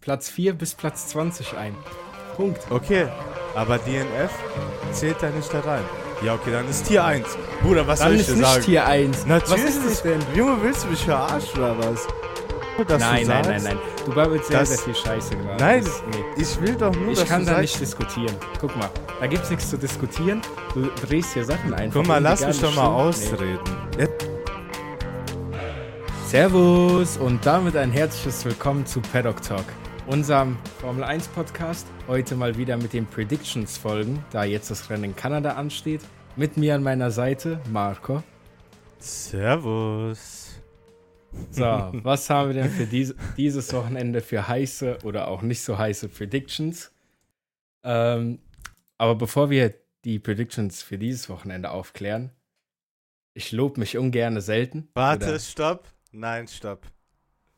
Platz 4 bis Platz 20 ein. Punkt. Okay, aber DNF zählt da nicht da rein. Ja, okay, dann ist Tier 1. Bruder, was Dann soll ich ist dir nicht sagen? Tier 1. Natürlich. Was ist es denn? Junge, willst du mich verarschen oder was? Dass Nein, nein, du nein, sagst- nein. Du babbelst sehr, Das- sehr viel Scheiße gerade. Nein, Das- nee. ich will doch nur, Ich dass kann du da sagst, nicht diskutieren. Guck mal, da gibt's nichts zu diskutieren. Du drehst hier Sachen einfach. Guck mal, um, die lass gar mich nicht doch mal stimmen. ausreden. Ja, Nee. Servus und damit ein herzliches Willkommen zu Paddock Talk, unserem Formel 1 Podcast. Heute mal wieder mit den Predictions folgen, da jetzt das Rennen in Kanada ansteht. Mit mir an meiner Seite Marco. Servus. So, was haben wir denn für dies, dieses Wochenende für heiße oder auch nicht so heiße Predictions? Ähm, aber bevor wir die Predictions für dieses Wochenende aufklären, ich lobe mich ungerne selten. Warte, Oder- stopp. Nein, stopp.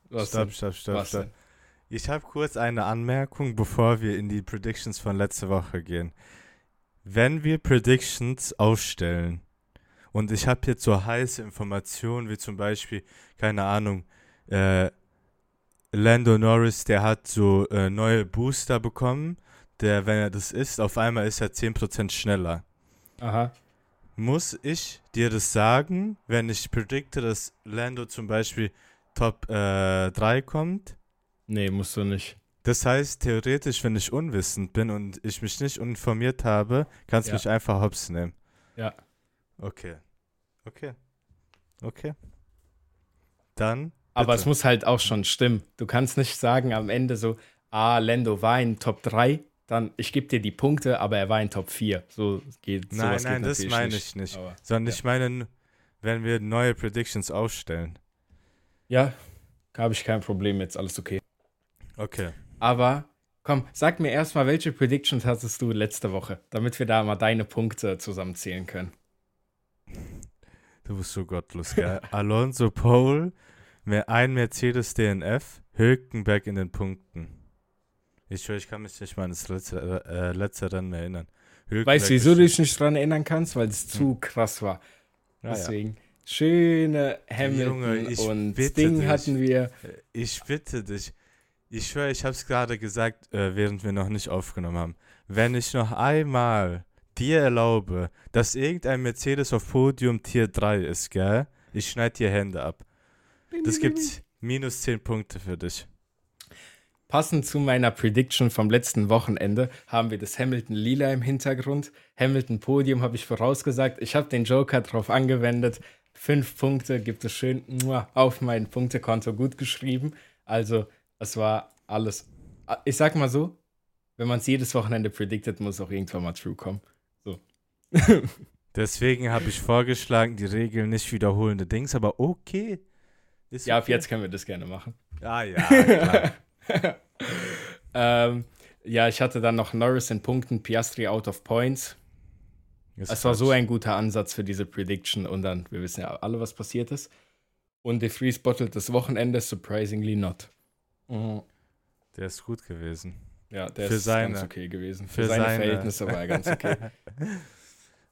was stopp, denn? stopp, stopp, Was stopp. denn? Ich habe kurz eine Anmerkung, bevor wir in die Predictions von letzte Woche gehen. Wenn wir Predictions aufstellen und ich habe jetzt so heiße Informationen wie zum Beispiel, keine Ahnung, äh, Lando Norris, der hat so äh, neue Booster bekommen, der, wenn er das isst, auf einmal ist er 10% schneller. Aha. Muss ich dir das sagen, wenn ich predikte, dass Lando zum Beispiel Top äh, 3 kommt? Nee, musst du nicht. Das heißt, theoretisch, wenn ich unwissend bin und ich mich nicht informiert habe, kannst du Ja. mich einfach hops nehmen. Ja. Okay. Okay. Okay. Dann. Aber Bitte. es muss halt auch schon stimmen. Du kannst nicht sagen am Ende so, ah, Lando war in Top 3, dann ich gebe dir die Punkte, aber er war in Top 4. So geht Nein, sowas nein, geht das natürlich meine ich nicht. Aber, Sondern ja. ich meine, wenn wir neue Predictions aufstellen. ja, habe ich kein Problem jetzt, alles okay. Okay. Aber komm, sag mir erstmal, welche Predictions hattest du letzte Woche, damit wir da mal deine Punkte zusammenzählen können. Du bist so gottlos, gell? Alonso Pole, mehr ein Mercedes DNF, Hülkenberg in den Punkten. Ich höre, ich kann mich nicht mal an das letzte, äh, letzte Rennen erinnern. Weißt Hülkenberg du, wieso ist- du dich nicht dran erinnern kannst? Weil es zu krass war. Hm. Ah, Ja, ja. Deswegen. Schöne Hamilton Junge, ich und bitte Ding dich. hatten wir. Ich bitte dich. Ich schwöre, ich habe es gerade gesagt, äh, während wir noch nicht aufgenommen haben. Wenn ich noch einmal dir erlaube, dass irgendein Mercedes auf Podium Tier 3 ist, gell? Ich schneide dir Hände ab. Das gibt minus 10 Punkte für dich. Passend zu meiner Prediction vom letzten Wochenende haben wir das Hamilton Lila im Hintergrund. Hamilton Podium habe ich vorausgesagt. Ich habe den Joker drauf angewendet. Fünf Punkte gibt es schön mua, auf mein Punktekonto gut geschrieben. Also, es war alles. Ich sag mal so, wenn man es jedes Wochenende predicted, muss auch irgendwann mal true kommen. Deswegen habe ich vorgeschlagen, die Regeln nicht wiederholende Dings, aber okay. Ist Ja, ab okay. jetzt können wir das gerne machen. Ah, ja, klar. Ähm, ja, ich hatte dann noch Norris in Punkten, Piastri out of points. Ist Es war so Quatsch. ein guter Ansatz für diese Prediction und dann, wir wissen ja alle, was passiert ist. Und De Vries bottelt das Wochenende, surprisingly not. Mhm. Der ist gut gewesen. Ja, der Für ist ganz seine- okay gewesen. für seine, seine- Verhältnisse war er ganz okay.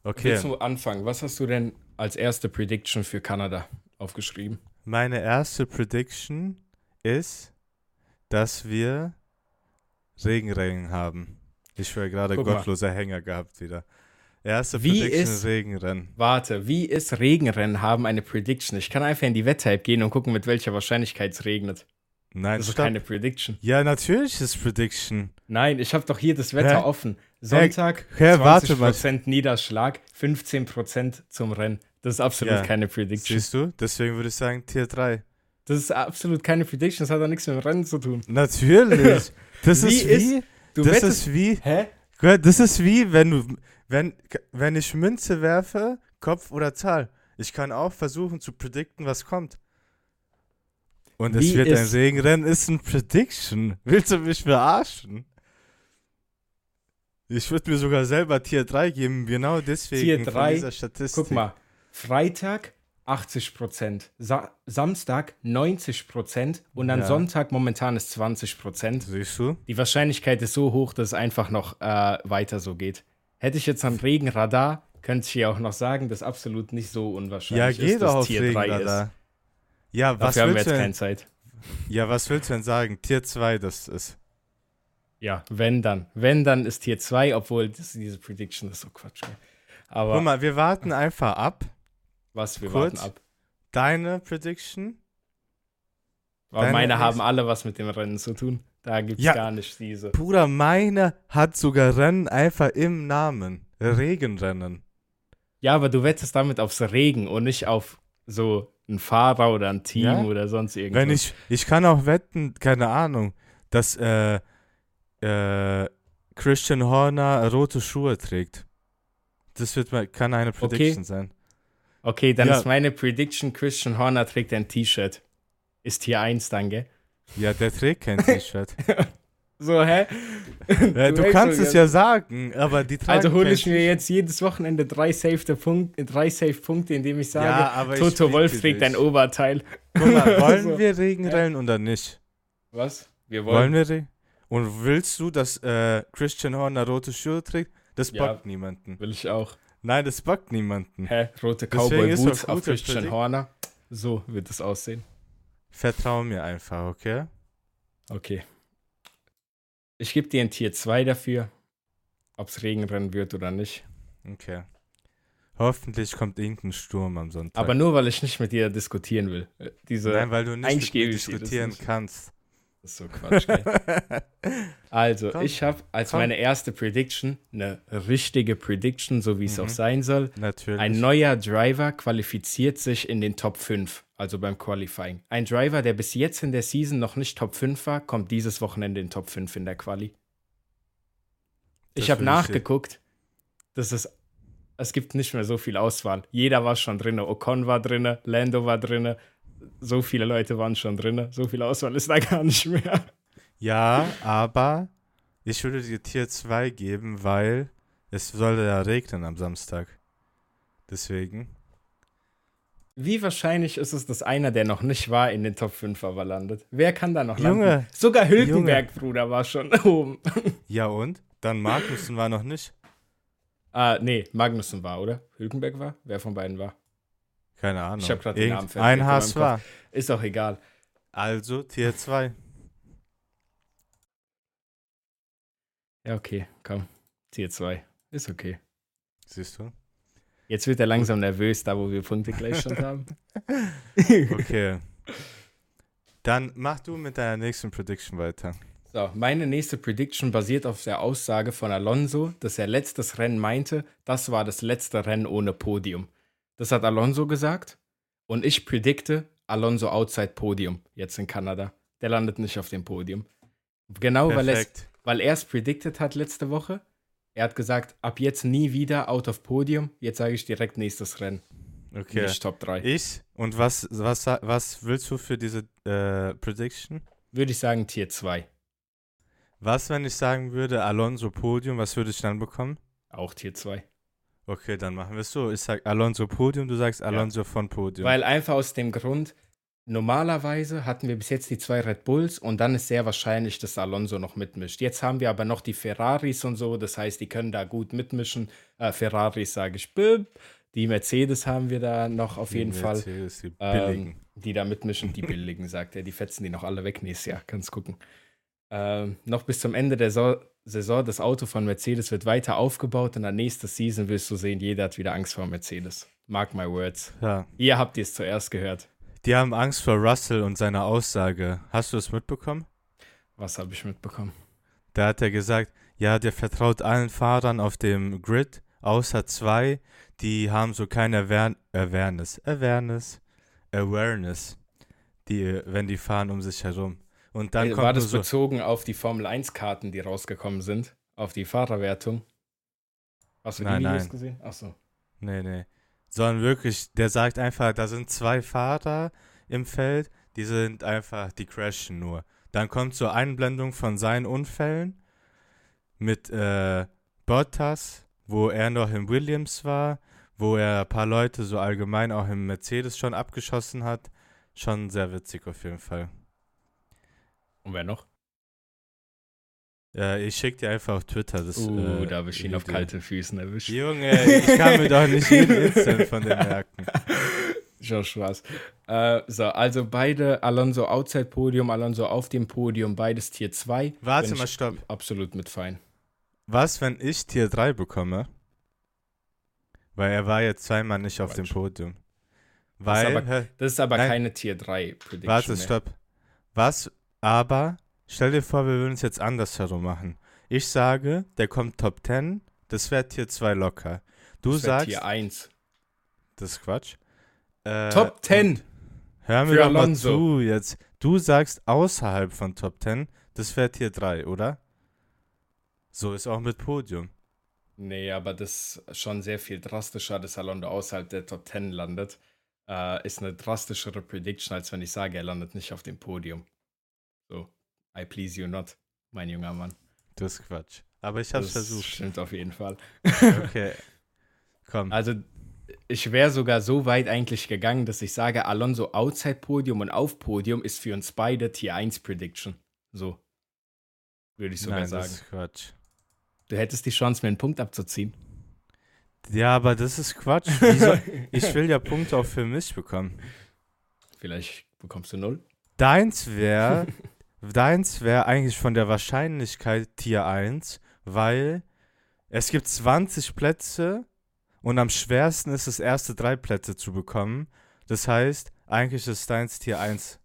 Okay. Willst du anfangen? Was hast du denn als erste Prediction für Kanada aufgeschrieben? Meine erste Prediction ist, dass wir Regenregen haben. Ich wäre gerade Guck mal. gottloser Hänger gehabt wieder. Erste Wie Prediction ist- Regenrennen. Warte, wie ist Regenrennen haben eine Prediction? Ich kann einfach in die Wetter-App gehen und gucken, mit welcher Wahrscheinlichkeit es regnet. Nein, Das ist stopp. Also keine Prediction. Ja, natürlich ist Prediction. Nein, ich habe doch hier das Wetter Hä? offen. Sonntag, hä, warte mal. 20% Niederschlag, 15% zum Rennen. Das ist absolut Ja. keine Prediction. Siehst du? Deswegen würde ich sagen Tier 3. Das ist absolut keine Prediction, das hat doch nichts mit dem Rennen zu tun. Natürlich. Das Wie ist wie. ist- Du das wettest- ist wie. Hä? Gott, Das ist wie, wenn du. Wenn, wenn ich Münze werfe, Kopf oder Zahl. Ich kann auch versuchen zu predikten, was kommt. Und es Wie wird ein ist- Regenrennen, ist ein Prediction. Willst du mich verarschen? Ich würde mir sogar selber Tier 3 geben, genau deswegen Tier von 3, dieser Statistik. Guck mal, Freitag 80%, Sa Samstag 90% und dann Ja. Sonntag momentan ist 20%. Siehst du? Die Wahrscheinlichkeit ist so hoch, dass es einfach noch äh, weiter so geht. Hätte ich jetzt am Regenradar, könnte ich hier auch noch sagen, dass absolut nicht so Ja, unwahrscheinlich geh ist, dass doch auf Tier 3 ist. Regenradar. Ja, was Dafür haben wir jetzt willst, du keine denn, Zeit. ja, was willst du denn sagen? Tier 2, das ist. Ja, wenn dann. Wenn dann ist Tier 2, obwohl das, diese Prediction ist so Quatsch. Gell? Aber Guck mal, wir warten einfach ab. was, wir kurz. warten ab. Deine Prediction? Aber Deine meine haben nächste- alle was mit dem Rennen zu tun. Da gibt es Ja. gar nicht diese. Bruder, meine hat sogar Rennen einfach im Namen. Regenrennen. Ja, aber du wettest damit aufs Regen und nicht auf so einen Fahrer oder ein Team Ja. oder sonst irgendwas. Wenn ich, ich kann auch wetten, keine Ahnung, dass äh, äh, Christian Horner rote Schuhe trägt. Das wird mal, kann eine Prediction sein. okay, dann Ja. ist meine Prediction, Christian Horner trägt ein T-Shirt. Ist Tier 1 dann, gell? Ja, der trägt kein T-Shirt. So, hä? Äh, du merkst kannst schon, es ja sagen, aber die tragen Also hole kein ich mir jetzt jedes Wochenende drei safe Punkte, drei safe Punkte, indem ich sage, Ja, aber ich Toto bitte Wolf trägt dich. ein Oberteil. Guck mal, wollen So. wir Regenrennen oder nicht? Was? Wir wollen. Wollen wir Regen? Und willst du, dass äh, Christian Horner rote Schuhe trägt? Das Ja. bockt niemanden. Will ich auch. Nein, das bockt niemanden. Hä? Rote Deswegen Cowboy ist doch Boots auf gute Christian Predict- Horner. So wird es aussehen. Vertrau mir einfach, okay? Okay. Ich gebe dir ein Tier 2 dafür, ob es Regenrennen wird oder nicht. Okay. Hoffentlich kommt irgendein Sturm am Sonntag. Aber nur, weil ich nicht mit dir diskutieren will. Äh, Diese Nein, weil du nicht eigentlich mit mir gebe ich dir das diskutieren nicht. kannst. Das ist so Quatsch, gell? Also, Komm, ich habe als komm. meine erste Prediction, eine richtige Prediction, so wie es Mhm. auch sein soll, Natürlich. Ein neuer Driver qualifiziert sich in den Top 5, also beim Qualifying. Ein Driver, der bis jetzt in der Season noch nicht Top 5 war, kommt dieses Wochenende in Top 5 in der Quali. Das Ich habe will ich sehen. nachgeguckt. Das ist, es gibt nicht mehr so viel Auswahl. Jeder war schon drin. Ocon war drin, Lando war drin. So viele Leute waren schon drin. So viel Auswahl ist da gar nicht mehr. ja, aber ich würde dir Tier 2 geben, weil es soll ja regnen am Samstag. Deswegen. Wie wahrscheinlich ist es, dass einer, der noch nicht war, in den Top 5 aber landet? Wer kann da noch Junge, landen? Sogar Hülkenberg, Bruder, war schon oben. Ja und? Dann Magnussen war noch nicht. Ah, nee, Magnussen war, oder? Hülkenberg war? Wer von beiden war? Keine Ahnung. Ich hab grad den Namen vergessen, Ein in Haas meinem Kopf. war. Ist doch egal. Also Tier 2. Ja, okay, komm. Tier 2. Ist okay. Siehst du? Jetzt wird er langsam nervös, da wo wir Punktegleichstand haben. Okay. Dann mach du mit deiner nächsten Prediction weiter. So, meine nächste Prediction basiert auf der Aussage von Alonso, dass er letztes Rennen meinte, das war das letzte Rennen ohne Podium. Das hat Alonso gesagt und ich predikte Alonso outside Podium, jetzt in Kanada. Der landet nicht auf dem Podium. Genau, weil er es Perfekt. weil er es predicted hat letzte Woche. Er hat gesagt, ab jetzt nie wieder out of Podium. Jetzt sage ich direkt nächstes Rennen. Okay. Nicht Top 3. Ich? Und was, was, sa- was willst du für diese äh, Prediction? Würde ich sagen Tier 2. Was, wenn ich sagen würde, Alonso Podium, was würde ich dann bekommen? Auch Tier 2. Okay, dann machen wir es so. Ich sag Alonso Podium, du sagst Alonso von Podium. Weil einfach aus dem Grund, normalerweise hatten wir bis jetzt die zwei Red Bulls und dann ist sehr wahrscheinlich, dass Alonso noch mitmischt. Jetzt haben wir aber noch die Ferraris und so, das heißt, die können da gut mitmischen. Äh, Ferraris sage ich, bip. Die Mercedes haben wir da noch auf Die jeden Fall. Mercedes, Die billigen. ähm, die da mitmischen, die billigen, sagt er. Die fetzen die noch alle weg nächstes Jahr. Kannst gucken. Ähm, noch bis zum Ende der so Saison, das Auto von Mercedes wird weiter aufgebaut und dann nächste Season wirst du sehen, jeder hat wieder Angst vor Mercedes. Mark my words. ja. Ihr habt es zuerst gehört. Die haben Angst vor Russell und seiner Aussage. Hast du es mitbekommen? Was habe ich mitbekommen? Da hat er gesagt, ja, der vertraut allen Fahrern auf dem Grid, außer zwei, die haben so keine Awareness, Awareness, Awareness, Awareness, die, äh, wenn die fahren um sich herum. Und dann Äh, kommt War nur das so, bezogen auf die Formel 1-Karten, die rausgekommen sind? Auf die Fahrerwertung? Hast du Nein, die Videos nein. gesehen? Achso. nee, nee, sondern wirklich, der sagt einfach, da sind zwei Fahrer im Feld, die sind einfach, die crashen nur. Dann kommt so Einblendung von seinen Unfällen mit äh, Bottas, wo er noch im Williams war, wo er ein paar Leute so allgemein auch im Mercedes schon abgeschossen hat. Schon sehr witzig auf jeden Fall. Und wer noch? Äh, ich schick dir einfach auf Twitter das. Uh, äh, da habe ich ihn auf Video. kalten Füßen erwischt. Junge, ich kann mir doch nicht jeden Instant von dem merken. Josh Ross. Äh, so, also beide, Alonso outside Podium, Alonso auf dem Podium, beides Tier 2. Warte Bin mal, ich stopp. Absolut mit fein. Was, wenn ich Tier 3 bekomme? Weil er war jetzt zweimal nicht auf dem Quatsch. Podium. ist Weil, aber- hä, Das ist aber Nein. keine Tier 3 Prediction. warte, mehr. stopp. Was, aber, stell dir vor, wir würden es jetzt andersherum machen. Ich sage, der kommt Top 10, das wäre Tier 2 locker. Du Das wär sagst, Tier 1. das ist Quatsch. Äh, Top 10. Hör mir für doch mal Alonso. zu jetzt. Du sagst außerhalb von Top 10, das wäre Tier 3, oder? So ist auch mit Podium. Nee, aber das ist schon sehr viel drastischer, dass Alonso außerhalb der Top 10 landet. Äh, ist eine drastischere Prediction, als wenn ich sage, er landet nicht auf dem Podium. So, I please you not, mein junger Mann. Das ist Quatsch. Aber ich hab's versucht. stimmt auf jeden Fall. Okay. Komm. Also, ich wäre sogar so weit eigentlich gegangen, dass ich sage, Alonso outside Podium und auf Podium ist für uns beide Tier 1 Prediction. So. Würde ich sogar Nein, das sagen. ist Quatsch. Du hättest die Chance, mir einen Punkt abzuziehen. Ja, aber das ist Quatsch. Wieso? ich will ja Punkte auch für mich bekommen. Vielleicht bekommst du null. Deins wäre deins wär eigentlich von der Wahrscheinlichkeit Tier 1, weil es gibt 20 Plätze und am schwersten ist es, erste drei Plätze zu bekommen. Das heißt, eigentlich ist deins Tier 1.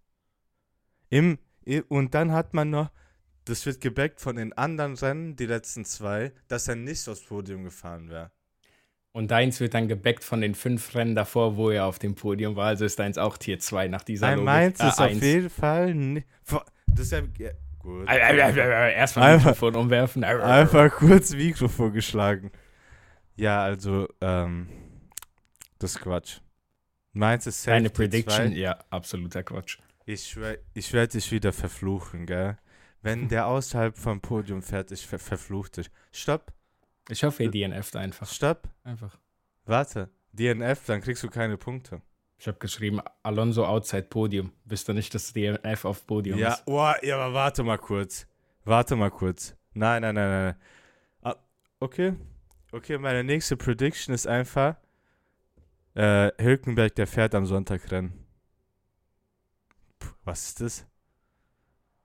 Im, i- und dann hat man noch, das wird gebackt von den anderen Rennen, die letzten zwei, dass er nicht aufs Podium gefahren wäre. Und deins wird dann gebackt von den fünf Rennen davor, wo er auf dem Podium war. Also ist deins auch Tier 2 nach dieser Nein, meins Äh, ist auf eins. Äh, jeden Fall nicht. Das ist ja, ja gut. Erstmal Einfach- Mikrofon umwerfen. Einfach kurz Mikrofon geschlagen. Ja, also, ähm, das ist Quatsch. Meins ist safe Deine die Prediction, zwei. ja, absoluter Quatsch. Ich, schwör- ich werde dich wieder verfluchen, gell? Wenn der außerhalb vom Podium fährt, ich ver verfluch dich. Stopp, Ich hoffe, Äh. ihr DNF't einfach. stopp, Einfach. warte. DNF, dann kriegst du keine Punkte. Ich habe geschrieben, Alonso outside Podium. Wisst ihr nicht, dass DNF auf Podium Ja, ist? oh, ja, aber warte mal kurz. Warte mal kurz. Nein, nein, nein, nein. nein. Ah, okay. Okay, meine nächste Prediction ist einfach: äh, Hülkenberg, der fährt am Sonntag rennen. Puh, was ist das?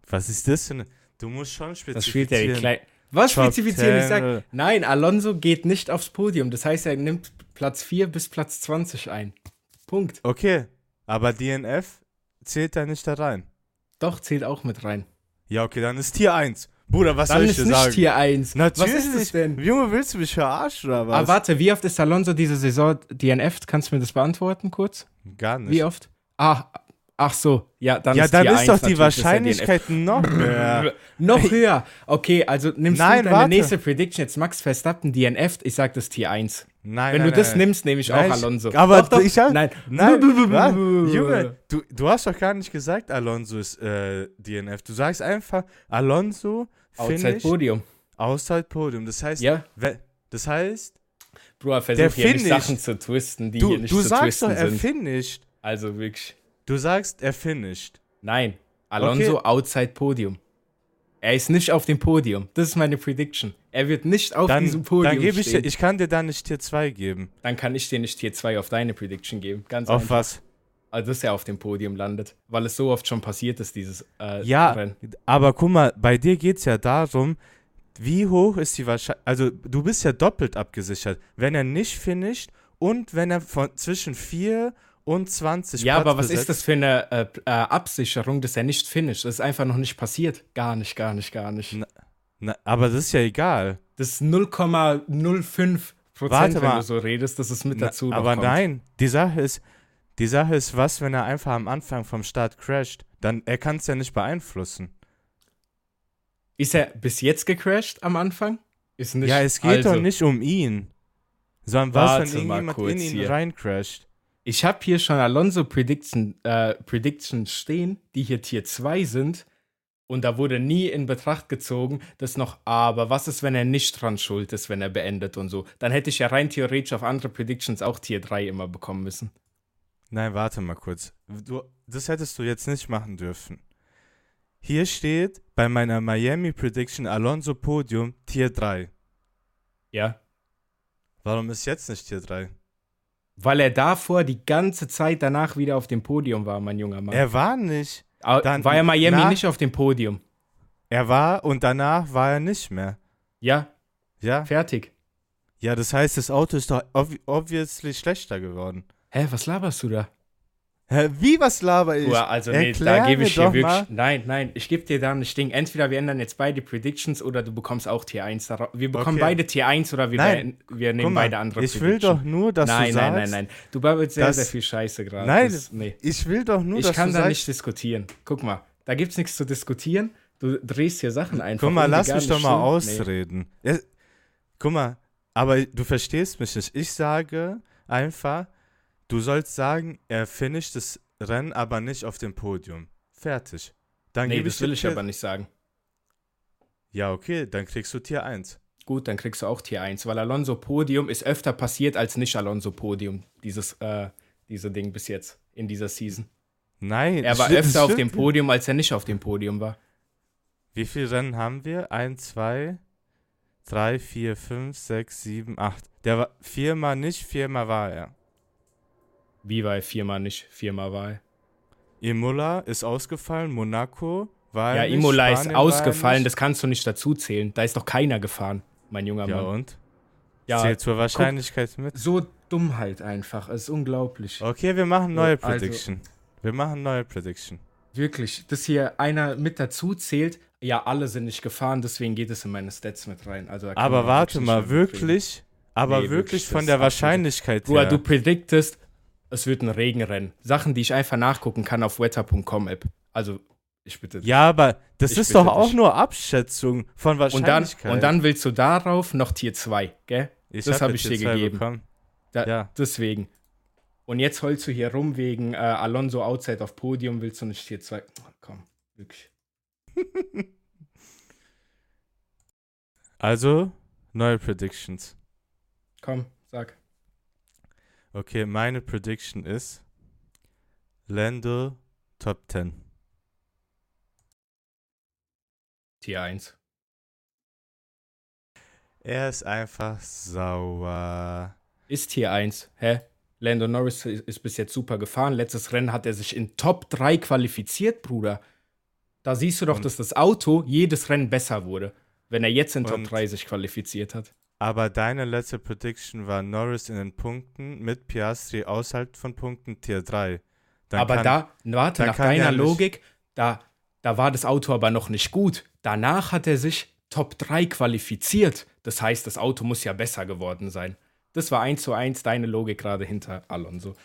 Was ist das denn? Du musst schon spezifizieren. Das spielt ja die kleinen. Was Top spezifizieren? Ich 10 oder- sag, nein, Alonso geht nicht aufs Podium. Das heißt, er nimmt Platz 4 bis Platz 20 ein. Punkt. Okay, aber DNF zählt da nicht da rein. Doch, zählt auch mit rein. Ja, okay, dann ist Tier 1. Bruder, was soll Dann ich ist dir nicht sagen? Tier 1. Natürlich. Was ist es denn? Junge, willst du mich verarschen oder was? Ah, warte, wie oft ist Alonso diese Saison DNF? Kannst du mir das beantworten kurz? Gar nicht. Wie oft? Ah, ach so. Ja, dann Ja, ist dann Tier ist 1 doch die natürlich, dass er DNF Wahrscheinlichkeit noch mehr. Noch höher. Okay, also nimmst Nein, du deine warte. nächste Prediction jetzt Max Verstappen DNF? Ich sag das Tier 1. Nein, Wenn nein, du das nein. nimmst, nehme ich Nein, auch Alonso. Aber Doch, doch. ich hab, Nein. nein, Buh, buh, buh, was? buh. Junge, du, du hast doch gar nicht gesagt, Alonso ist äh, DNF. Du sagst einfach, Alonso Outside Finish Podium. Outside Podium. Das heißt, Ja. we- das heißt, Bro, Der versuch hier nicht Finish. Sachen zu twisten, die du, hier nicht du zu sagst doch, twisten er sind. finished. Also wirklich. Du sagst, er finished. Nein. Alonso outside Podium. Er ist nicht auf dem Podium. Das ist meine Prediction. Er wird nicht auf Dann, diesem Podium dann gebe ich stehen. dir, ich kann dir da nicht Tier 2 geben. dann kann ich dir nicht Tier 2 auf deine Prediction geben. Ganz Auf einfach. was? Also, dass er auf dem Podium landet. Weil es so oft schon passiert ist, dieses äh, Ja, Rennen. aber guck mal, bei dir geht es ja darum, wie hoch ist die Wahrscheinlichkeit, also du bist ja doppelt abgesichert, wenn er nicht finisht und wenn er von zwischen 4 und 20 Ja, Platz aber was besetzt. ist das für eine äh, äh, Absicherung, dass er nicht finisht? Das ist einfach noch nicht passiert. Gar nicht, gar nicht, gar nicht. Na, aber das ist ja egal. Das ist 0,05 Prozent, Warte wenn mal. du so redest, dass es mit Na, dazu noch aber kommt. nein, die Sache ist, die Sache ist, was, wenn er einfach am Anfang vom Start crasht, dann, er kann es ja nicht beeinflussen. Ist er bis jetzt gecrashed am Anfang? Ist nicht. ja, es geht also, doch nicht um ihn, sondern was, Warte wenn mal irgendjemand kurz in ihn hier. reincrasht. Ich habe hier schon Alonso Prediction, äh, Predictions stehen, die hier Tier 2 sind. Und da wurde nie in Betracht gezogen, dass noch, aber was ist, wenn er nicht dran schuld ist, wenn er beendet und so. Dann hätte ich ja rein theoretisch auf andere Predictions auch Tier 3 immer bekommen müssen. Nein, warte mal kurz. Du, das hättest du jetzt nicht machen dürfen. Hier steht bei meiner Miami Prediction Alonso Podium Tier 3. Ja, Warum ist jetzt nicht Tier 3? Weil er davor die ganze Zeit danach wieder auf dem Podium war, mein junger Mann. Er war nicht. Au- dann war ja Miami nach- nicht auf dem Podium. Er war und danach war er nicht mehr. Ja, Ja. fertig. Ja, das heißt, das Auto ist doch ob obviously schlechter geworden. Hä, was laberst du da? Hä, wie was laber ich? Boah, also nee, da Erklär gebe mir ich doch dir wirklich. mal. Nein, nein, ich gebe dir da ein Ding. Entweder wir ändern jetzt beide Predictions oder du bekommst auch T1. darauf. Wir bekommen Okay. beide T1 oder wir, Nein, beer- wir Guck nehmen mal, beide andere ich will doch nur, dass nein, du nein, sagst. nein, nein. Du babbelst sehr, dass- sehr viel Scheiße gerade. Nein, Das- nee. Ich will doch nur, Ich dass kann du da sagst. nicht diskutieren. Guck mal, da gibt's nichts zu diskutieren. Du drehst hier Sachen einfach. Guck mal, um, die lass gar mich nicht doch mal stimmen. ausreden. Ja, guck mal, aber du verstehst mich nicht. Ich sage einfach, du sollst sagen, er finisht das Rennen, aber nicht auf dem Podium. Fertig. Dann Nee, nee gebe das will dir ich Tier- aber nicht sagen. Ja, okay, dann kriegst du Tier 1. Gut, dann kriegst du auch Tier 1, weil Alonso Podium ist öfter passiert als nicht Alonso Podium, dieses äh, diese Ding bis jetzt in dieser Season. Nein, Er war stimmt, öfter auf dem stimmt. Podium, als er nicht auf dem Podium war. Wie viele Rennen haben wir? 1, 2, 3, 4, 5, 6, 7, 8. Der war viermal nicht, viermal war er. Wie war er viermal nicht? Viermal war er. Imola ist ausgefallen, Monaco war Ja, er nicht, Imola ist Spanien war er ausgefallen, nicht. das kannst du nicht dazu zählen. Da ist doch keiner gefahren, mein junger Ja, Mann. und? Ja, Zählt zur Wahrscheinlichkeit mit. so Dummheit einfach. Es ist unglaublich. Okay, wir machen neue Also- Prediction. wir machen neue Prediction. Wirklich, dass hier einer mit dazu zählt, ja, alle sind nicht gefahren, deswegen geht es in meine Stats mit rein. Also, da kann Aber man warte nicht mal, mehr mitreden. wirklich? Aber Nee, wirklich, wirklich das von ist der absolut- Wahrscheinlichkeit Bruder, her. du prediktest, es wird ein Regenrennen. Sachen, die ich einfach nachgucken kann auf wetter.com App. Also, ich bitte. dich. ja, aber das Ich ist bitte doch auch dich. nur Abschätzung und, von dann, Wahrscheinlichkeit. und dann willst du darauf noch Tier 2, gell? das habe ich jetzt die dir zwei gegeben. Bekommen. Da, Ja. Deswegen. Und jetzt heulst du hier rum wegen äh, Alonso outside auf Podium, willst du nicht Tier 2. Oh, komm, wirklich. Also, neue Predictions. Komm, sag. Okay, meine Prediction ist Lando Top 10. Tier 1. Er ist einfach sauer. Ist Tier 1. Hä? Lando Norris i- ist bis jetzt super gefahren. Letztes Rennen hat er sich in Top 3 qualifiziert, Bruder. Da siehst du doch, Und- dass das Auto jedes Rennen besser wurde, wenn er jetzt in Top Und- 3 sich qualifiziert hat. Aber deine letzte Prediction war Norris in den Punkten mit Piastri außerhalb von Punkten Tier 3. Dann aber kann- da, warte, dann nach kann er deiner nicht- Logik, da, da war das Auto aber noch nicht gut. Danach hat er sich Top 3 qualifiziert. Das heißt, das Auto muss ja besser geworden sein. Das war 1 zu 1 deine Logik gerade hinter Alonso.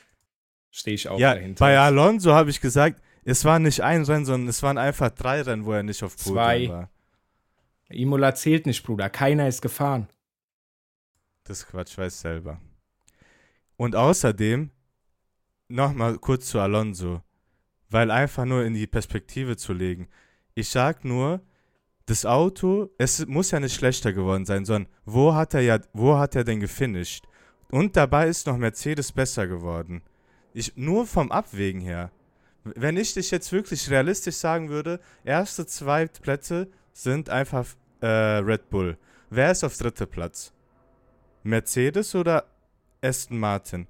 Stehe ich auch Ja, dahinter. bei Alonso habe ich gesagt, es war nicht ein Rennen, sondern es waren einfach drei Rennen, wo er nicht auf Podium Zwei. war. Imola zählt nicht, Bruder. Keiner ist gefahren. Das ist Quatsch, weiß selber. Und außerdem, nochmal kurz zu Alonso, weil einfach nur in die Perspektive zu legen. Ich sag nur, das Auto, es muss ja nicht schlechter geworden sein, sondern wo hat er ja, wo hat er denn gefinisht? Und dabei ist noch Mercedes besser geworden. Ich, nur vom Abwägen her. Wenn ich dich jetzt wirklich realistisch sagen würde, erste zwei Plätze sind einfach äh, Red Bull. Wer ist auf dritter Platz? Mercedes oder Aston Martin?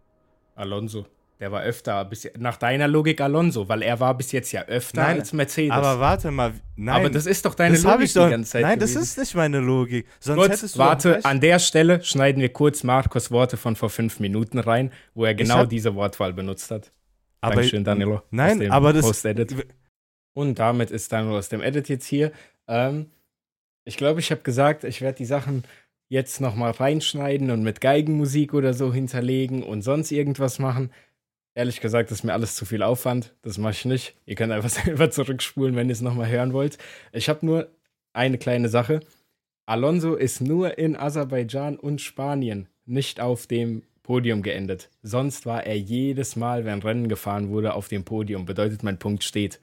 Alonso. Der war öfter, bis, nach deiner Logik Alonso, weil er war bis jetzt ja öfter Nein, als Mercedes. Aber warte mal, nein. Aber das ist doch deine das hab Logik ich doch, die ganze Zeit. Nein, gewesen. das ist nicht meine Logik. Sonst hättest Kurz, du doch warte, recht. an der Stelle schneiden wir kurz Marcos Worte von vor fünf Minuten rein, wo er genau hab- diese Wortwahl benutzt hat. aber, Dankeschön, Danilo. aus Nein, dem aber das. Post-Edit. Und damit ist Daniel aus dem Edit jetzt hier. Ähm, ich glaube, ich habe gesagt, ich werde die Sachen jetzt nochmal reinschneiden und mit Geigenmusik oder so hinterlegen und sonst irgendwas machen. Ehrlich gesagt, das ist mir alles zu viel Aufwand. Das mache ich nicht. Ihr könnt einfach selber zurückspulen, wenn ihr es nochmal hören wollt. Ich habe nur eine kleine Sache. Alonso ist nur in Aserbaidschan und Spanien nicht auf dem Podium geendet. Sonst war er jedes Mal, wenn Rennen gefahren wurde, auf dem Podium. Bedeutet, mein Punkt steht.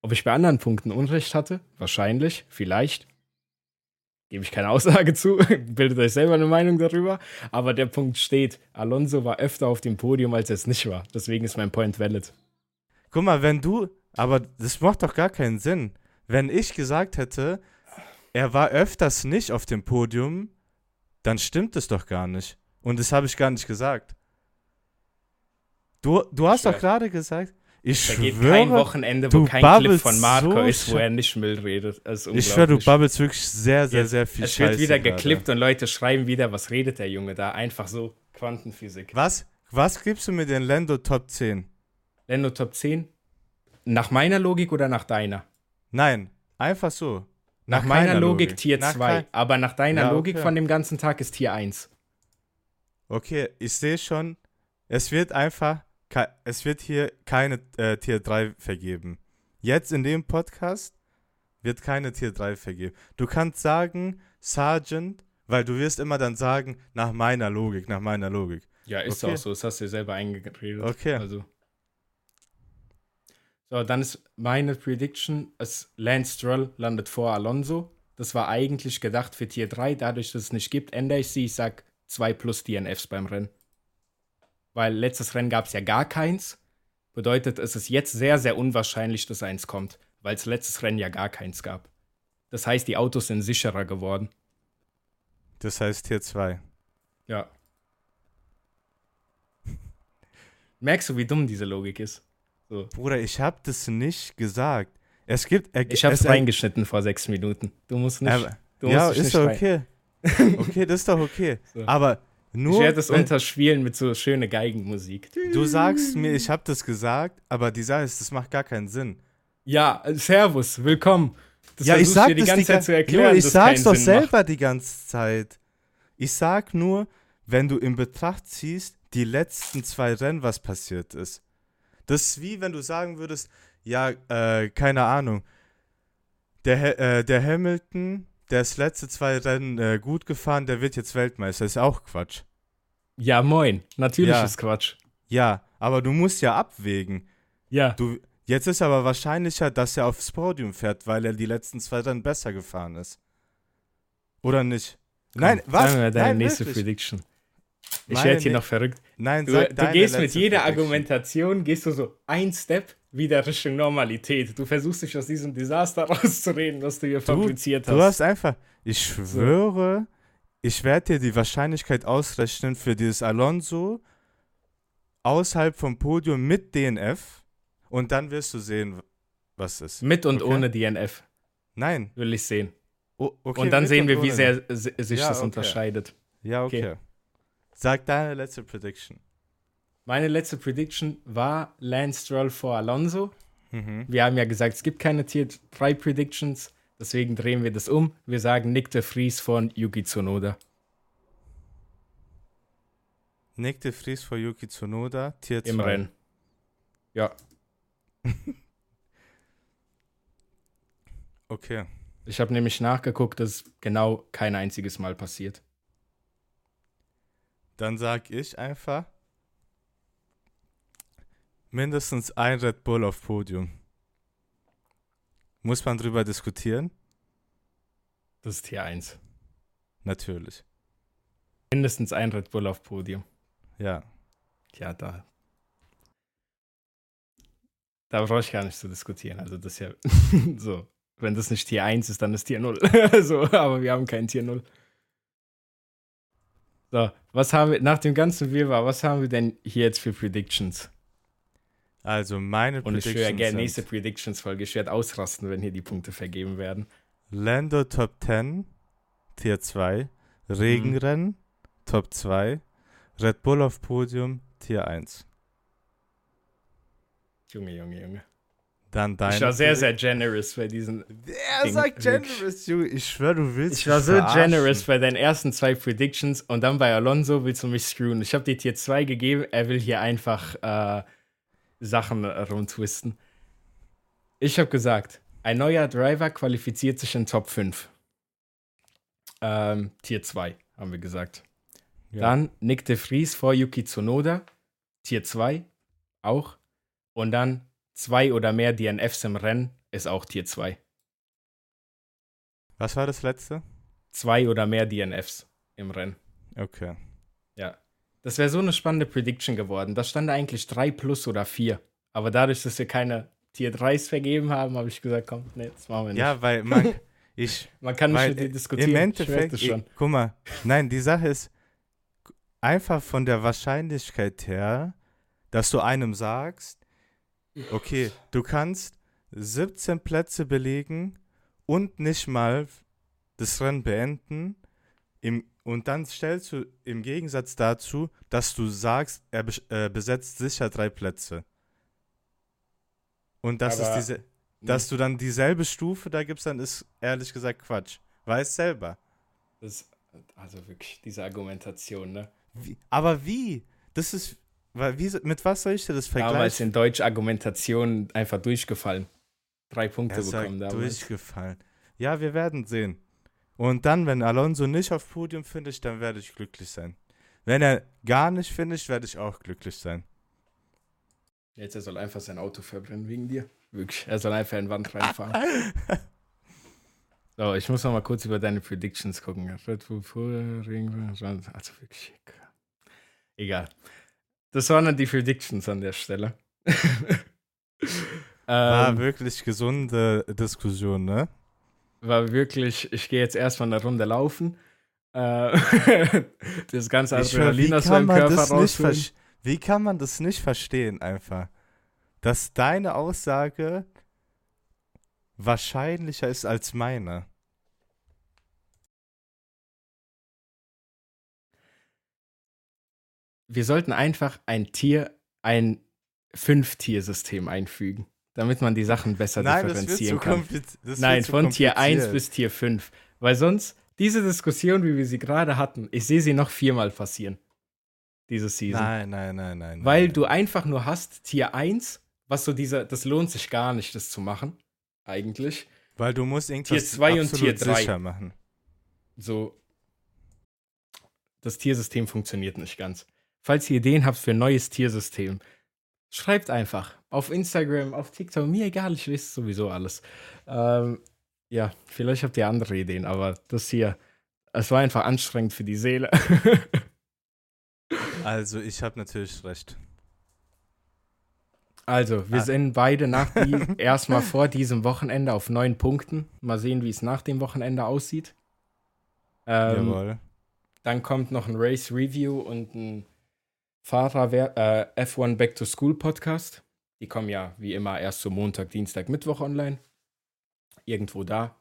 Ob ich bei anderen Punkten Unrecht hatte? Wahrscheinlich, vielleicht. Gebe ich keine Aussage zu, bildet euch selber eine Meinung darüber. Aber der Punkt steht, Alonso war öfter auf dem Podium, als er es nicht war. Deswegen ist mein Point valid. Guck mal, wenn du. Aber das macht doch gar keinen Sinn. Wenn ich gesagt hätte, er war öfters nicht auf dem Podium, dann stimmt es doch gar nicht. Und das habe ich gar nicht gesagt. Du, du hast doch gerade gesagt, ich Da schwöre, geht kein Wochenende, wo du kein Clip babbelst von Marco so ist, wo sche- er nicht Müll redet. Das ist ich schwöre, du unglaublich. babbelst wirklich sehr, sehr, Jetzt- sehr viel Es Scheiße wird wieder gerade. geklippt und Leute schreiben wieder, was redet der Junge da? Einfach so Quantenphysik. Was, was gibst du mir den Lando Top 10? Lendo Top 10? Nach meiner Logik oder nach deiner? Nein, einfach so. Nach, meiner keiner Logik, Tier Nach 2, kein- aber nach deiner Ja, Logik okay. von dem ganzen Tag ist Tier 1. Okay, ich sehe schon, es wird einfach, ke- es wird hier keine äh, Tier 3 vergeben. Jetzt in dem Podcast wird keine Tier 3 vergeben. Du kannst sagen, Sergeant, weil du wirst immer dann sagen, nach meiner Logik, nach meiner Logik. Ja, ist Okay. auch so, das hast du dir selber eingeredet. Okay. Also. So, dann ist meine Prediction, es Lance Stroll landet vor Alonso. Das war eigentlich gedacht für Tier 3, dadurch, dass es nicht gibt, ändere ich sie. Ich sag 2 plus DNFs beim Rennen. Weil letztes Rennen gab es ja gar keins. Bedeutet, es ist jetzt sehr, sehr unwahrscheinlich, dass eins kommt, weil es letztes Rennen ja gar keins gab. Das heißt, die Autos sind sicherer geworden. Das heißt Tier 2. Ja. Merkst du, wie dumm diese Logik ist? So. Bruder, ich habe das nicht gesagt. Es gibt. Er, Ich hab's es, er- reingeschnitten vor sechs Minuten. Du musst nicht. aber- du musst ja, dich ist nicht doch rein. okay. Okay, das ist doch okay. So. Aber Ich nur. werde es wenn- unterspielen mit so schöne Geigenmusik. Du sagst mir, ich habe das gesagt, aber die Sache ist, das macht gar keinen Sinn. Ja, äh, Servus, willkommen. Das versuchst du dir die das ganze Zeit ga- zu erklären. Junge, ich dass es sag's keinen doch Sinn selber die ganze Zeit. Ich sag nur, wenn du in Betracht ziehst, die letzten zwei Rennen, was passiert ist. Das ist wie wenn du sagen würdest, ja, äh, keine Ahnung. Der, Ha- äh, der Hamilton, der ist letzte zwei Rennen äh, gut gefahren, der wird jetzt Weltmeister. Ist auch Quatsch. Macht. Ja, moin. Natürlich Ja. ist Quatsch. Ja, aber du musst ja abwägen. Ja. Du, jetzt ist aber wahrscheinlicher, dass er aufs Podium fährt, weil er die letzten zwei Rennen besser gefahren ist. Oder nicht? Nein, Komm, was? Sagen wir deine Nein, nächste wirklich. Prediction. Ich Meine werde hier nä- noch verrückt. Nein, Du, sag du deine gehst mit letzte jeder Prediction. Argumentation, gehst du so ein Step wieder Richtung Normalität. Du versuchst dich aus diesem Desaster rauszureden, was du hier fabriziert Du hast. hast einfach, ich schwöre, ich werde dir die Wahrscheinlichkeit ausrechnen für dieses Alonso außerhalb vom Podium mit DNF und dann wirst du sehen, was ist. Mit und Okay. ohne DNF Nein. will ich sehen. O- okay, und dann mit sehen wir, wie ohne. sehr si- sich Ja, das okay. unterscheidet. Ja, okay. Okay. Sag deine letzte Prediction. Meine letzte Prediction war Lance Stroll vor Alonso. Mhm. Wir haben ja gesagt, es gibt keine Tier 3 Predictions. Deswegen drehen wir das um. Wir sagen Nick de Vries von Yuki Tsunoda. Nick de Vries vor Yuki Tsunoda, Tier 2. Im Rennen. Ja, Okay. ich habe nämlich nachgeguckt, das ist genau kein einziges Mal passiert. Dann sag ich einfach mindestens ein Red Bull auf Podium. Muss man drüber diskutieren? Das ist Tier 1. Natürlich. Mindestens ein Red Bull auf Podium. Ja. Tja, da. Da brauche ich gar nicht zu diskutieren. Also, das ist ja so. Wenn das nicht Tier 1 ist, dann ist Tier 0. so, aber wir haben kein Tier 0. So, was haben wir, nach dem ganzen Wirrwarr, was haben wir denn hier jetzt für Predictions? Also meine Und ich Prediction höre gerne nächste sind Predictions-Folge. Ich werde ausrasten, wenn hier die Punkte vergeben werden. Lando Top 10, Tier 2, Regenrennen, Top 2, Red Bull auf Podium, Tier 1. Junge, Junge, Junge. Dann deine. Ich war sehr, Prediction. sehr generous bei diesen Er Ding sagt wirklich. generous, Junge. Ich schwöre, du willst Ich war mich so verarschen. generous bei deinen ersten zwei Predictions und dann bei Alonso willst du mich screwen. Ich habe dir Tier 2 gegeben, er will hier einfach äh, Sachen rumtwisten. Ich habe gesagt, ein neuer Driver qualifiziert sich in Top 5. Ähm, Tier 2, haben wir gesagt. Ja. Dann Nick de Vries vor Yuki Tsunoda, Tier 2, auch. Und dann zwei oder mehr DNFs im Rennen ist auch Tier 2. Was war das letzte? Zwei oder mehr DNFs im Rennen. Okay. Ja. Das wäre so eine spannende Prediction geworden. Da stand eigentlich 3 plus oder 4. Aber dadurch, dass wir keine Tier 3s vergeben haben, habe ich gesagt, komm, nee, das machen wir nicht. Ja, weil man. Ich. Man kann nicht weil mit dir i- diskutieren. Im ich weiß Endeffekt. das schon. Ich, guck mal. Nein, die Sache ist. Einfach von der Wahrscheinlichkeit her dass du einem sagst, okay, du kannst 17 Plätze belegen und nicht mal das Rennen beenden. Im, und dann stellst du im Gegensatz dazu, dass du sagst, er besch- äh, besetzt sicher drei Plätze. Und das ist Aber- diese, dass du dann dieselbe Stufe da gibst, dann ist ehrlich gesagt Quatsch. Weiß selber. Das, also wirklich, diese Argumentation, ne? Wie, aber wie? Das ist. Weil wie, so- mit was soll ich dir das Damals vergleichen? in Deutsch Argumentation einfach durchgefallen. Drei Punkte Er ist bekommen halt damals. durchgefallen. Ja, wir werden sehen. Und dann, wenn Alonso nicht auf Podium findet, dann werde ich glücklich sein. Wenn er gar nicht findet, werde ich auch glücklich sein. Jetzt, er soll einfach sein Auto verbrennen wegen dir. Wirklich, er soll einfach in die Wand reinfahren. so, ich muss noch mal kurz über deine Predictions gucken. Red Bull, Fuhr, Ring, also wirklich. Egal. Das waren dann die Predictions an der Stelle. War ähm, wirklich gesunde Diskussion, ne? war wirklich, ich gehe jetzt erstmal eine Runde laufen. Äh, das ganze Ich schwör, wie Adrenalin aus kann meinem man Körper das nicht rausholen. versch- Wie kann man das nicht verstehen einfach? Dass deine Aussage wahrscheinlicher ist als meine. wir sollten einfach ein Tier, ein Fünf-Tier-System einfügen, damit man die Sachen besser Nein, das wird zu differenzieren kann. kompliziert. das wird Nein, zu von Tier 1 kompliziert. bis Tier 5. Weil sonst, diese Diskussion, wie wir sie gerade hatten, ich sehe sie noch viermal passieren. Diese Season. Nein, nein, nein, nein. Weil nein. du einfach nur hast, Tier 1, was so dieser, das lohnt sich gar nicht, das zu machen. Eigentlich. Weil du musst irgendwas Tier zwei und absolut Tier drei. sicher machen. so das Tiersystem funktioniert nicht ganz. Falls ihr Ideen habt für ein neues Tiersystem, schreibt einfach auf Instagram, auf TikTok, mir egal, ich weiß sowieso alles. Ähm, ja, vielleicht habt ihr andere Ideen, aber das hier, es war einfach anstrengend für die Seele. Also ich habe natürlich recht. Also, wir Ah. sind beide nach die, erstmal vor diesem Wochenende auf neun Punkten. Mal sehen, wie es nach dem Wochenende aussieht. Ähm, Jawohl. Dann kommt noch ein Race Review und ein Fahrer äh, F1 Back to School Podcast. Die kommen ja wie immer erst so Montag, Dienstag, Mittwoch online. Irgendwo da.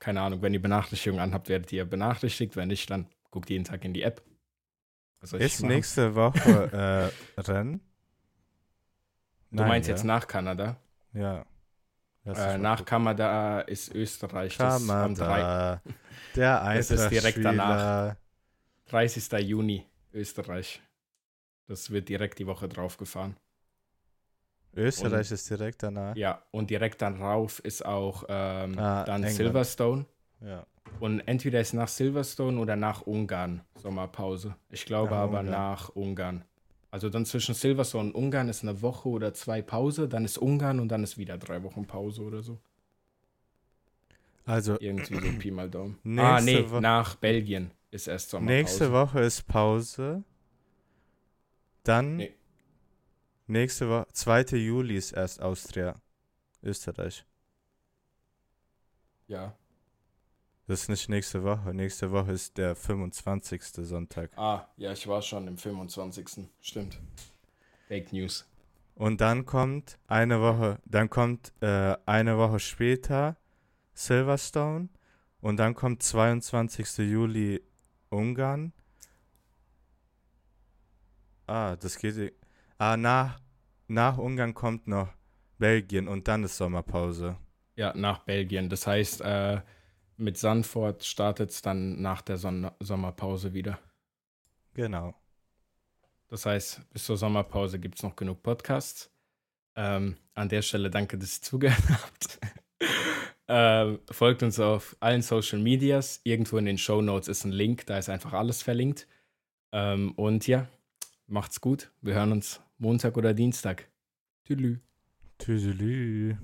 Keine Ahnung, wenn ihr Benachrichtigungen anhabt, werdet ihr benachrichtigt. Wenn nicht, dann guckt jeden Tag in die App. Was soll ich Ist machen? nächste Woche äh, Rennen? Du meinst jetzt ne? nach Kanada? Ja. Lass Äh, mich mal nach gucken. Kanada ist Österreich. Das ist am drei- Kamada. Der Das ist direkt Eintracht-Spieler. danach. 30. Juni, Österreich. Das wird direkt die Woche drauf gefahren. Österreich ist direkt danach. Ja, und direkt dann rauf ist auch ähm, Ah, dann England. Silverstone. Ja. Und entweder ist nach Silverstone oder nach Ungarn Sommerpause. Ich glaube Nach aber Ungarn. nach Ungarn. Also dann zwischen Silverstone und Ungarn ist eine Woche oder zwei Pause, dann ist Ungarn und dann ist wieder drei Wochen Pause oder so. Also Irgendwie so Pi mal Daumen. Nächste ah, nee, Wo- nach Belgien ist erst Sommerpause. nächste Woche ist Pause. Dann Nee. nächste Woche, 2. Juli ist erst Austria, Österreich. Ja. Das ist nicht nächste Woche. Nächste Woche ist der 25. Sonntag. Ah, ja, ich war schon im 25. Stimmt. Fake News. Und dann kommt eine Woche, dann kommt äh, eine Woche später Silverstone und dann kommt 22. Juli Ungarn. Ah, das geht. i- Ah, nach, nach Ungarn kommt noch Belgien und dann ist Sommerpause. Ja, nach Belgien. Das heißt, äh, mit Sanford startet es dann nach der Son Sommerpause wieder. Genau. Das heißt, bis zur Sommerpause gibt es noch genug Podcasts. Ähm, an der Stelle danke, dass ihr zugehört habt. ähm, folgt uns auf allen Social Medias. Irgendwo in den Show Notes ist ein Link, da ist einfach alles verlinkt. Ähm, und ja, macht's gut. Wir hören uns Montag oder Dienstag. Tüdelü. Tüdelü.